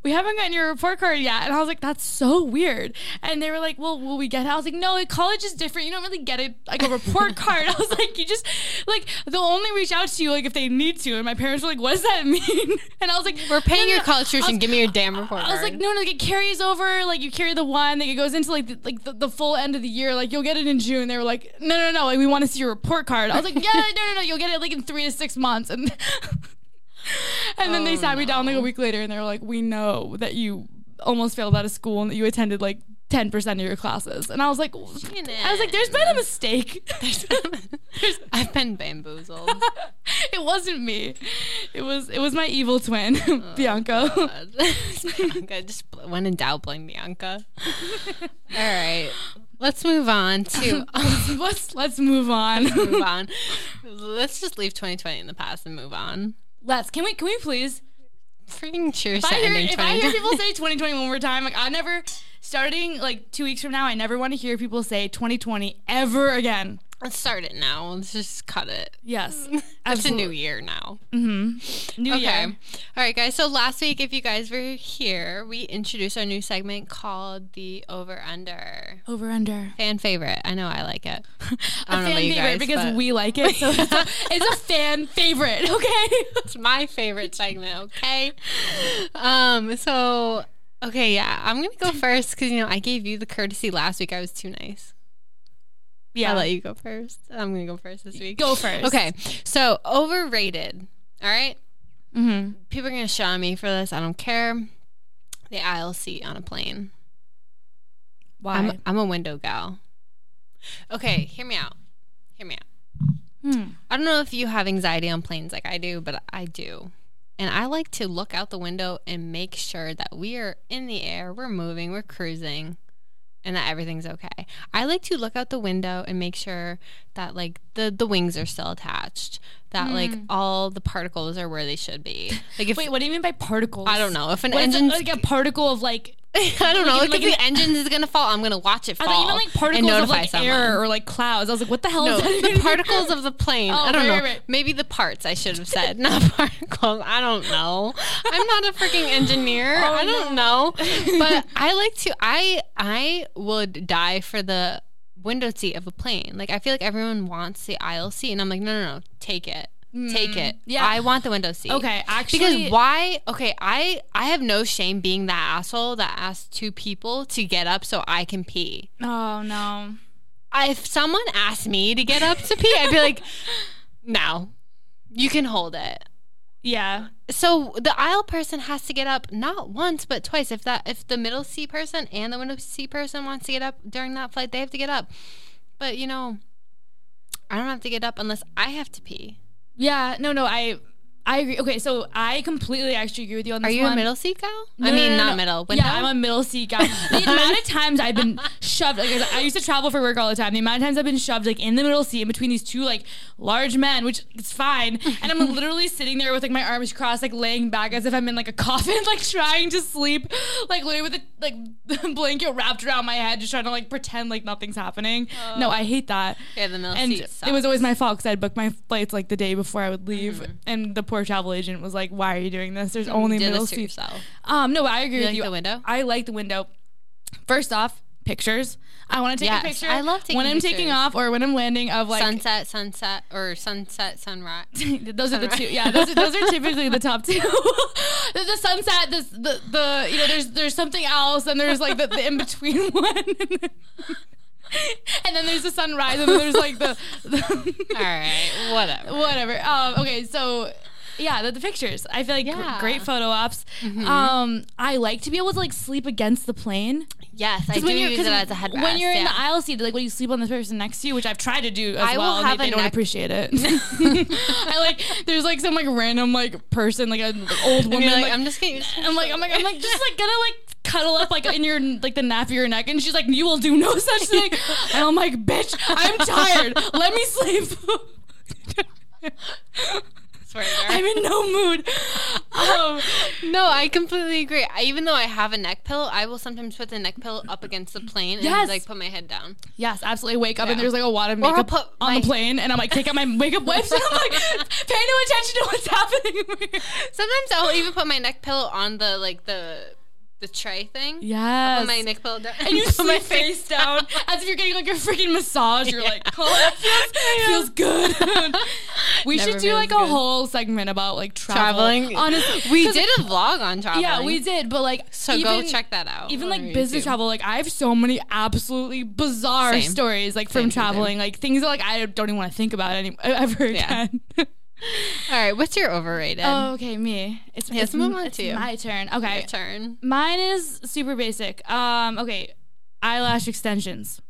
We haven't gotten your report card yet. And I was like, that's so weird. And they were like, well, will we get it? I was like, no, like, college is different. You don't really get it like a report card. I was like, you just, like, they'll only reach out to you, like, if they need to. And my parents were like, what does that mean? And I was like,
We're paying
"No, no,
your
no."
college
I was-
tuition. Give me your damn report.
I was like,
card.
no, no, like it carries over. Like you carry the one, like it goes into like the, like the, the full end of the year. Like you'll get it in June. They were like, no, no, no, like we want to see your report card. I was like, yeah, no, no, no, you'll get it like in three to six months. And and then they
Oh,
sat me down like a week later, and they were like, we know that you almost failed out of school and that you attended like ten percent of your classes. And I was like, I was like, there's been a mistake. There's-
I've been bamboozled.
it wasn't me. It was it was my evil twin, Bianca.
Oh, God. Bianca, just bl- when in doubt, blame Bianca. All right, let's move on to
let's let's move on.
move on. Let's just leave 2020 in the past and move on.
Let's can we can we please?
Freaking cheers
If
to
I hear,
ending
if I hear
2020.
people say 2020 one more time, like I never starting like two weeks from now, I never want to hear people say 2020 ever again.
Let's start it now. Let's just cut it.
Yes,
It's a
absolutely.
new year now.
new
Okay.
year.
All right, guys. So last week, if you guys were here, we introduced our new segment called the Over Under
Over under.
fan favorite. I know I like it. I
A
don't know
fan
about you
favorite
guys,
because
but
we like it. So it's a, it's a fan favorite. Okay.
it's my favorite segment. Okay. Um. So okay, yeah, I'm gonna go first because you know I gave you the courtesy last week. I was too nice.
Yeah.
I'll let you go first. I'm gonna go first this week.
Go first.
Okay. So overrated. All right.
Mm-hmm.
People are gonna shun me for this. I don't care. The aisle seat on a plane.
Why?
I'm, I'm a window gal. Okay, hear me out. Hear me out.
Hmm.
I don't know if you have anxiety on planes like I do, but I do. And I like to look out the window and make sure that we are in the air, we're moving, we're cruising, and that everything's okay. I like to look out the window and make sure that like the the wings are still attached, that like all the particles are where they should be. Like if
Mm. Wait, what do you mean by particles?
I don't know if an
What is it,
engine's
like a particle of like.
I don't know like,
like- like
if the engine is gonna fall, I'm gonna watch it
I
fall.
thought you meant like
and
particles of
notify
like
someone.
air or like clouds. I was like, what the hell
No,
is that?
the particles of the plane.
Oh,
I don't
right,
know.
right, right.
Maybe the parts I should have said, not particles. I don't know. I'm not a freaking engineer.
Oh,
I don't know. But I like to. I I would die for the window seat of a plane. Like I feel like everyone wants the aisle seat, and I'm like, no, no, no, take it, take it.
Mm, yeah.
I want the window seat.
Okay, actually,
Because why? Okay, I I have no shame being that asshole that asked two people to get up so I can pee.
Oh no.
I- if someone asked me to get up to pee, I'd be like, no, you can hold it.
Yeah.
So the aisle person has to get up not once but twice. If that if the middle seat person and the window seat person wants to get up during that flight, they have to get up. But you know, I don't have to get up unless I have to pee.
Yeah. No, no, I I agree. Okay, so I completely actually agree with you on
Are
this
you
one.
a middle seat gal?
No,
I
no,
mean,
no, no,
not
no.
middle. Window?
Yeah, I'm a middle seat guy. the amount of times I've been shoved, like I used to travel for work all the time. The amount of times I've been shoved, like in the middle seat, in between these two like large men, which is fine. And I'm literally sitting there with like my arms crossed, like laying back as if I'm in like a coffin, like trying to sleep, like literally with a like blanket wrapped around my head, just trying to like pretend like nothing's happening.
Oh.
No, I hate that.
Yeah, the middle
And
seat
it was
sucks.
always my fault because I'd booked my flights like the day before I would leave, and the poor travel agent was like, "Why are you doing this? There's only
Mm-hmm. You did
middle
this to
seats."
yourself.
Um, no, I agree with
like
you.
the window?
I like the window. First off, pictures. I want to take
Yes,
a picture.
I love taking
when I'm taking
pictures.
off or when I'm landing of like
sunset, sunset, or sunset, sunrise.
those are the
Sunrise.
two. Yeah, those are, those are typically the top two. the, the sunset, the, the the you know, there's there's something else, and there's like the, the in between one. And then there's the sunrise, and then there's like the, the
All right, whatever.
whatever. Um, okay, so yeah, the, the pictures. I feel like gr-
Yeah. Mm-hmm.
great photo ops. Um, I like to be able to like sleep against the plane.
Yes, I do use it as a headrest.
When you're in
yeah.
the aisle seat, like when you sleep on the person next to you, which I've tried to do as
I will
well, and
have
they,
a
they don't
neck-
appreciate it. I like there's like some like random like person, like an
And
old woman.
you're like,
like-
I'm just kidding.
I'm like, I'm like, I'm like, just like gonna like cuddle up like in your like the nape of your neck, and she's like, you will do no such thing. And I'm like, bitch, I'm tired. Let me sleep.
Swear
I'm in no mood. Um,
no, I completely agree. I, even though I have a neck pillow, I will sometimes put the neck pillow up against the plane and
Yes.
like put my head down.
yes, absolutely. Wake up and
Yeah.
there's like a wad of
Or I'll
makeup
put
on
my-
the plane, and I'm like, take out my makeup wipes, and I'm like, pay no attention to what's happening.
Sometimes I'll even put my neck pillow on the like the the tray thing.
yes.
Put my neck pillow down.
and you
put
put my face down as if you're getting like a freaking massage. You're like, oh, that feels, feels good. we
Never
should do
feels
like a
good.
whole segment about like travel.
Traveling.
honestly,
We
'cause-
did a vlog on traveling.
Yeah, we did, but like,
So go check that out.
even
on
like
our
business
YouTube.
travel like i have so many absolutely bizarre
Same.
stories like
Same, same,
from
same.
traveling like things that like i don't even want to think about any ever
Yeah.
again
All right, what's your overrated
oh, okay me it's,
Yes,
it's
move
m-
on
it's
to you.
my turn okay
turn?
mine is super basic um okay eyelash extensions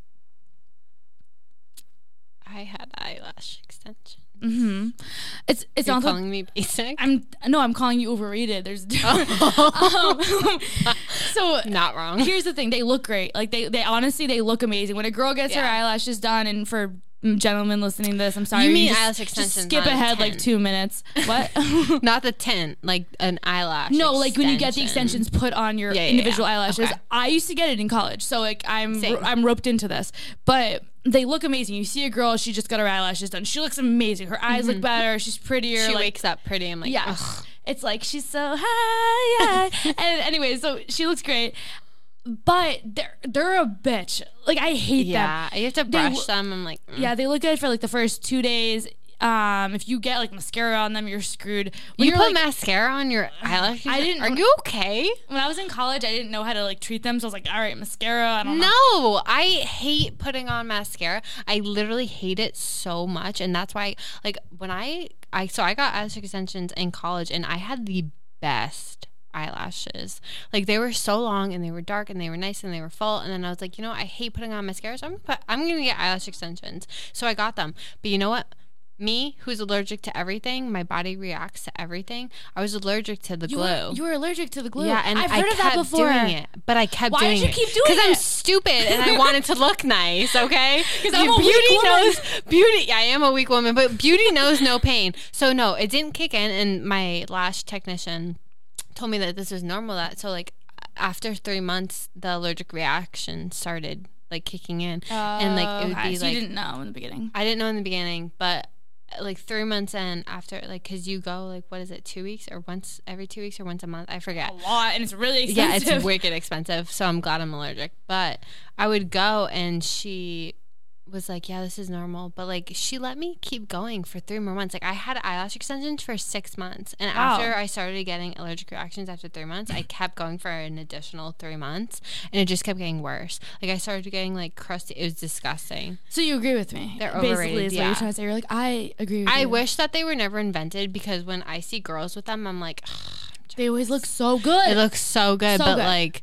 I had eyelash extension.
hmm it's it's
You're
not the-
calling me basic?
i'm no i'm calling you overrated there's Oh. um, so
Not wrong.
here's the thing they look great like they they honestly they look amazing when a girl gets her
Yeah.
eyelashes done and for gentlemen listening to this i'm sorry
You mean
just-
eyelash
just
extensions,
skip
not a
ahead like
tint.
two minutes what
Not the tint, like an eyelash.
no like when you get the
extension.
extensions put on your
Yeah, yeah,
individual
yeah.
eyelashes
Okay.
i used to get it in college so like i'm
Same.
i'm roped into this but they look amazing you see a girl she just got her eyelashes done she looks amazing her eyes look better she's prettier
Mm-hmm. She
like
wakes up pretty. I'm like, oh,
yeah.
ugh.
It's like she's so high. high. and anyway, so she looks great. But they're they're a bitch. Like I hate them.
Yeah, you have to brush
w-
them. I'm like, mm.
Yeah, they look good for like the first two days. Um, if you get like mascara on them, you're screwed. When
you
you're,
put
like-
mascara on your eyelash.
I didn't-
Are you okay?
when I was in college, I didn't know how to like treat them, so I was like, all right, mascara. I don't know.
No, I hate putting on mascara. I literally hate it so much, and that's why, like, when I, I so I got eyelash extensions in college, and I had the best eyelashes. Like they were so long, and they were dark, and they were nice, and they were full. And then I was like, you know, what? I hate putting on mascara, so I'm gonna put, I'm gonna get eyelash extensions. So I got them, but you know what? Me, who's allergic to everything, my body reacts to everything. I was allergic to the
You
glue.
were, you were allergic to the glue.
Yeah, and
I've
I
heard of
kept
that before.
doing it, but I kept
Why did
doing
you
it
keep doing
Because I'm
it?
stupid and I wanted to look nice. Okay, because
I'm a weak
beauty
woman.
knows beauty. I am a weak woman, but beauty knows no pain. So no, it didn't kick in, and my lash technician told me that this is normal. That so like after three months, the allergic reaction started like kicking in, and like it would
Oh, Okay,
be
so
like
you didn't know in the beginning.
I didn't know in the beginning, but like three months in after like because you go like what is it two weeks or once every two weeks or once a month I forget
A lot, and it's really
yeah,
expensive.
it's wicked expensive. So I'm glad I'm allergic. But I would go and she was like, Yeah, this is normal. But like she let me keep going for three more months. Like I had eyelash extensions for six months. And
Wow.
after I started getting allergic reactions after three months, I kept going for an additional three months and it just kept getting worse. Like I started getting like crusty it was disgusting.
So you agree with me?
They're
basically
overrated,
is what
yeah.
you're trying to say. You're like, I agree. with
I
you.
wish that they were never invented because when I see girls with them, I'm like, "Ugh,
They always look so good.
it looks so good,
So
but
good.
like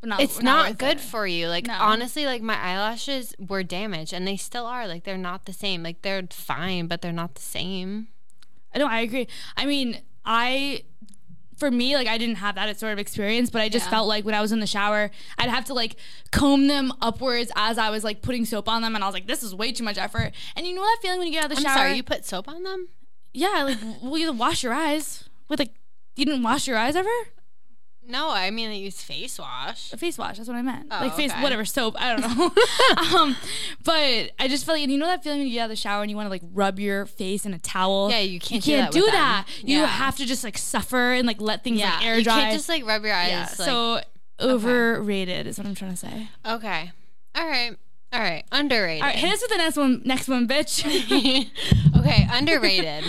But not-
it's
worth
not good
it.
for you. Like
No.
honestly, like my eyelashes were damaged and they still are. Like they're not the same. Like they're fine, but they're not the same.
No, I agree. I mean, I for me, like I didn't have that sort of experience, but I just
Yeah.
felt like when I was in the shower, I'd have to like comb them upwards as I was like putting soap on them, and I was like, this is way too much effort. And you know that feeling when you get out of
I'm
the shower?
sorry, you put soap on them?
yeah, like will you wash your eyes with like you didn't wash your eyes ever?
No, I mean I use face wash.
A face wash. That's what I meant.
Oh,
like face
okay.
whatever soap. I don't know. um, but I just felt like you know that feeling when you get out of the shower and you want to like rub your face in a towel.
Yeah, you can't
you
do
can't
that
do
with them.
that. You
Yeah.
have to just like suffer and like let things
Yeah,
like air
you
dry.
can't just like rub your eyes.
yeah.
like-
so overrated is what I'm trying to say.
okay, all right, all right, underrated.
All right, hit us with the next one. Next one, bitch.
okay, underrated.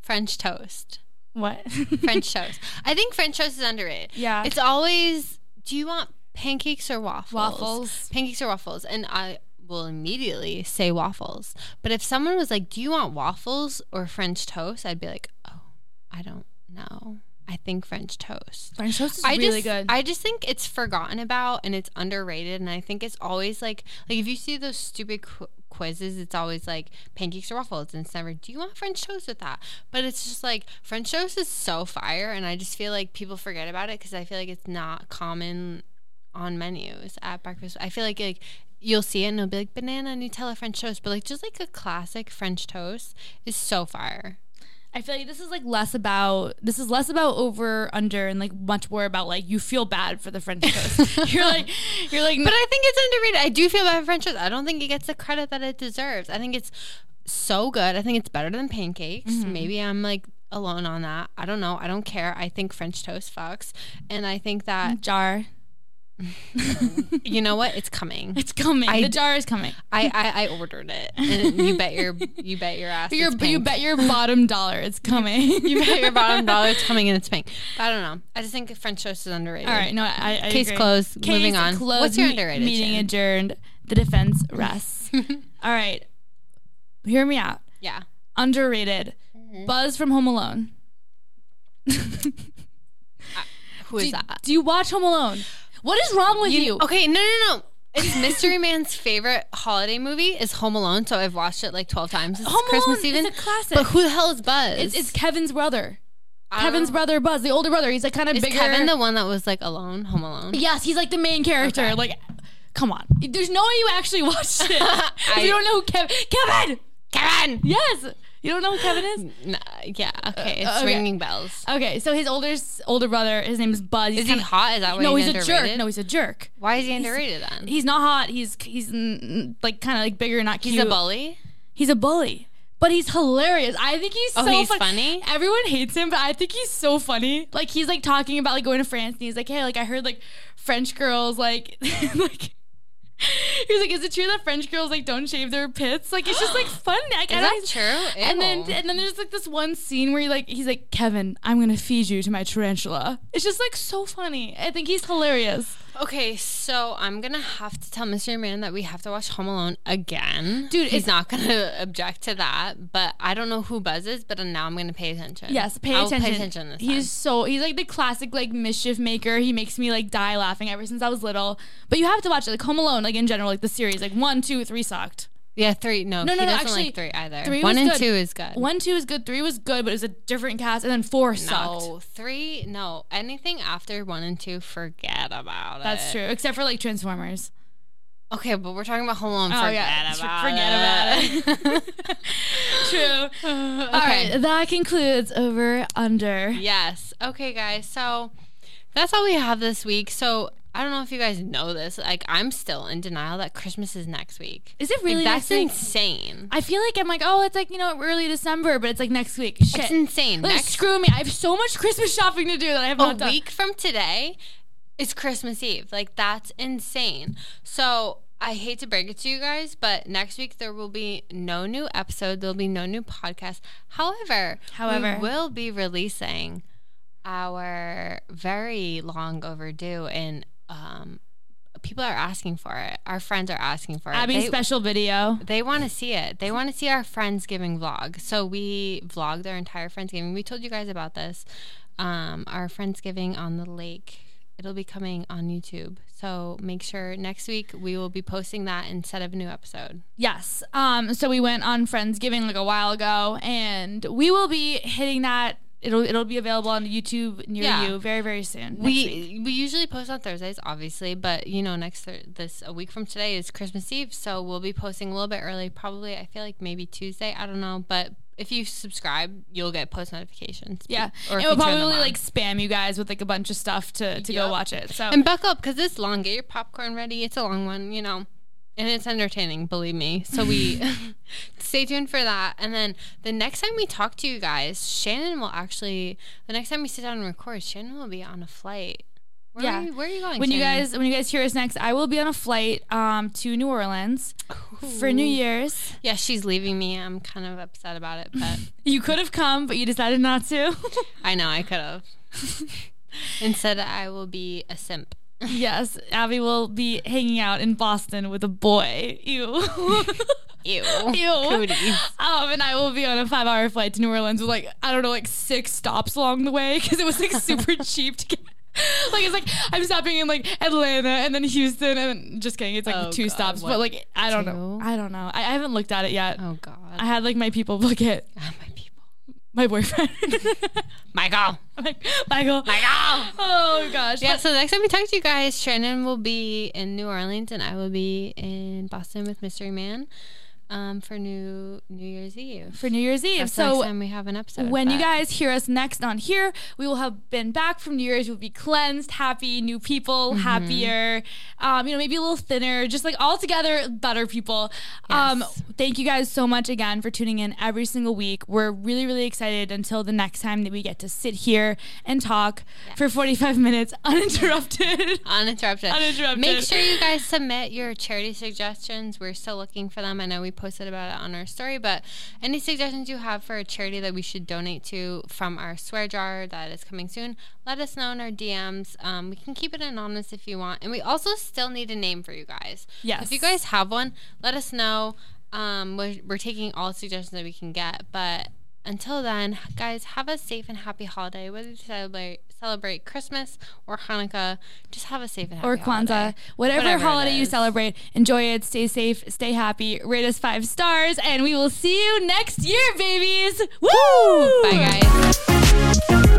French toast.
what?
French toast. I think French toast is underrated.
Yeah.
It's always do you want pancakes or waffles?
Waffles.
Pancakes or waffles. And I will immediately say waffles. But if someone was like, Do you want waffles or French toast? I'd be like, Oh, I don't know. I think French toast.
French toast is
I
really
just,
good.
I just think it's forgotten about and it's underrated, and I think it's always like, like if you see those stupid qu- quizzes, it's always like pancakes or waffles, and it's never do you want French toast with that? But it's just like French toast is so fire, and I just feel like people forget about it because I feel like it's not common on menus at breakfast. I feel like like you'll see it and it'll be like banana Nutella French toast, but like just like a classic French toast is so fire.
I feel like this is like less about this is less about over under and like much more about like you feel bad for the French toast. you're like you're like
But I think it's underrated. I do feel bad for French toast. I don't think it gets the credit that it deserves. I think it's so good. I think it's better than pancakes. Maybe I'm like alone on that. I don't know. I don't care. I think French toast fucks. And I think that,
jar.
you know what? It's coming.
It's coming.
I-
the jar is coming.
I, I, I ordered it. And you bet your you bet your ass.
Your,
it's
you
pink.
bet your bottom dollar it's coming.
you bet your bottom dollar it's coming and it's pink. But I don't know. I just think French toast is underrated.
All right, no, I, I
Case
agree.
closed.
Case
Moving on.
Closed.
What's your
Me-
underrated?
meeting
Shannon?
adjourned? The defense rests. All right, hear me out.
yeah.
Underrated.
Mm-hmm.
Buzz from Home Alone.
Who is
do,
that?
do you watch Home Alone? What is wrong with you?
Okay, no, no, no. It's Mystery Man's favorite holiday movie is Home Alone, so I've watched it like twelve times. It's
Home
Christmas
Alone
even.
is a classic.
But who the hell is Buzz?
It's, it's Kevin's brother.
I don't
Kevin's
know.
brother, Buzz, the older brother. He's like kind of
Is
bigger.
Kevin the one that was like alone, Home Alone?
yes, he's like the main character.
Okay.
Like, come on. There's no way you actually watched it. If
I-
you don't know who Kevin. Kevin.
Kevin.
Yes. You don't know who Kevin is.
Nah, yeah. Okay. It's
Uh, okay.
ringing bells.
Okay, so his older older brother, his name is Buzz. He's
Is he
kinda-
hot? Is that why
No,
he's,
he's a
underrated?
jerk. No, he's a jerk.
Why is he underrated then?
He's not hot. He's he's mm, like kind of like bigger, not cute.
He's a bully.
He's a bully, but he's hilarious. I think he's
Oh,
so
he's
fun-
funny?
Everyone hates him, but I think he's so funny. Like he's like talking about like going to France, and he's like, "Hey, like I heard like French girls like like." He's like, is it true that French girls like don't shave their pits? Like it's just like fun. Like,
Is
I
that
don't-
true?
And then
Ew.
and then there's like this one scene where he like he's like Kevin, I'm gonna feed you to my tarantula. It's just like so funny. I think he's hilarious,
Okay, so I'm gonna have to tell Mystery Man that we have to watch Home Alone again.
Dude,
he's
it's-
not gonna object to that, but I don't know who buzzes, but now I'm gonna pay attention.
Yes, pay
I'll
attention.
Pay attention this
he's so he's like the classic like mischief maker. He makes me like die laughing ever since I was little. But you have to watch it like Home Alone like in general like the series like one two three sucked.
time. yeah, three. No,
No,
he
no, no,
doesn't
actually,
like three either.
three
One
was
and
good.
two is good.
One two is good. Three was good, but it was a different cast. And then four sucked.
no, three. No, anything after one and two, forget about it.
That's true, except for like Transformers.
Okay, but we're talking about Home Alone.
Oh,
forget
yeah,
about
forget
it.
True.
okay.
All right, that concludes over under.
Yes. Okay, guys. So that's all we have this week. So I don't know if you guys know this. Like, I'm still in denial that Christmas is next week.
Is it really
Like, that's
next week?
insane.
I feel like I'm like, oh, it's like you know early December, but it's like next week. Shit,
It's insane.
Like,
next
screw me. I have so much Christmas shopping to do that I have
a
not done.
week from today is Christmas Eve. Like, that's insane. So. I hate to break it to you guys, but next week there will be no new episode. There'll be no new podcast. However,
However.
we will be releasing our very long overdue and um, people are asking for it. Our friends are asking for it.
Abby's
they,
special video.
they want to see it. They want to see our Friendsgiving vlog. So we vlogged our entire Friendsgiving. We told you guys about this. Um, our Friendsgiving on the lake it'll be coming on YouTube. So make sure next week we will be posting that instead of a new episode.
Yes. Um, so we went on Friendsgiving like a while ago, and we will be hitting that. It'll it'll be available on YouTube near
Yeah.
you very very soon. next
we
week.
we usually post on Thursdays, obviously, but you know, next thir- this a week from today is Christmas Eve, so we'll be posting a little bit early. Probably, I feel like maybe Tuesday. I don't know, but if you subscribe, you'll get post notifications.
yeah,
or
and
if
we'll
you turn them
probably
on.
like spam you guys with like a bunch of stuff to to go
Yep.
watch it. So
and buckle up because it's long. Get your popcorn ready. It's a long one, you know, and it's entertaining. Believe me. So we stay tuned for that. And then the next time we talk to you guys, Shannon will actually. The next time we sit down and record, Shannon will be on a flight. Where
Yeah.
Are you, where are you going?
when you
Shannon?
guys when you guys hear us next, I will be on a flight um to New Orleans for New Year's.
Yeah, she's leaving me. I'm kind of upset about it, but
You could have come, but you decided not to.
I know I could have. Instead, I will be a simp.
yes, Abby will be hanging out in Boston with a boy. Ew.
Ew.
Ew.
Cooties.
Um, and I will be on a five hour flight to New Orleans with like, I don't know, like six stops along the way because it was like super cheap to get. Like, it's like I'm stopping in like Atlanta and then Houston and then, just kidding. It's like
Oh,
two
God,
stops,
what?
but like, I don't know.
Two?
I don't know. I, I haven't looked at it yet.
Oh God.
I had like my people look at
Ah, my people.
my boyfriend.
Michael.
like, Michael.
Michael.
Oh gosh.
Yeah. So next time we talk to you guys, Shannon will be in New Orleans, and I will be in Boston with Mystery Man um, for New New Year's Eve.
For New Year's Eve.
That's the
so
next time we have an episode.
When you
but-
guys hear us next on here, we will have been back from New Year's. We'll be cleansed, happy, new people, happier, um, you know, maybe a little thinner, just like all together, better people. Um,
Yes.
thank you guys so much again for tuning in every single week. We're really, really excited until the next time that we get to sit here and talk for 45 minutes uninterrupted.
Uninterrupted.
Uninterrupted.
Make sure you guys submit your charity suggestions. We're still looking for them. I know we posted about it on our story, but any suggestions you have for a charity that we should donate to from our swear jar that is coming soon, let us know in our DMs. Um, we can keep it anonymous if you want. And we also still need a name for you guys.
Yes.
If you guys have one, let us know. Um, we're, we're taking all suggestions that we can get, but until then, guys, have a safe and happy holiday. Whether you celebrate celebrate Christmas or Hanukkah, just have a safe and happy
or Kwanzaa,
holiday.
whatever,
Whatever it
holiday you
is.
celebrate, enjoy it, stay safe, stay happy, rate us five stars, and we will see you next year, babies. Woo!
Bye, guys.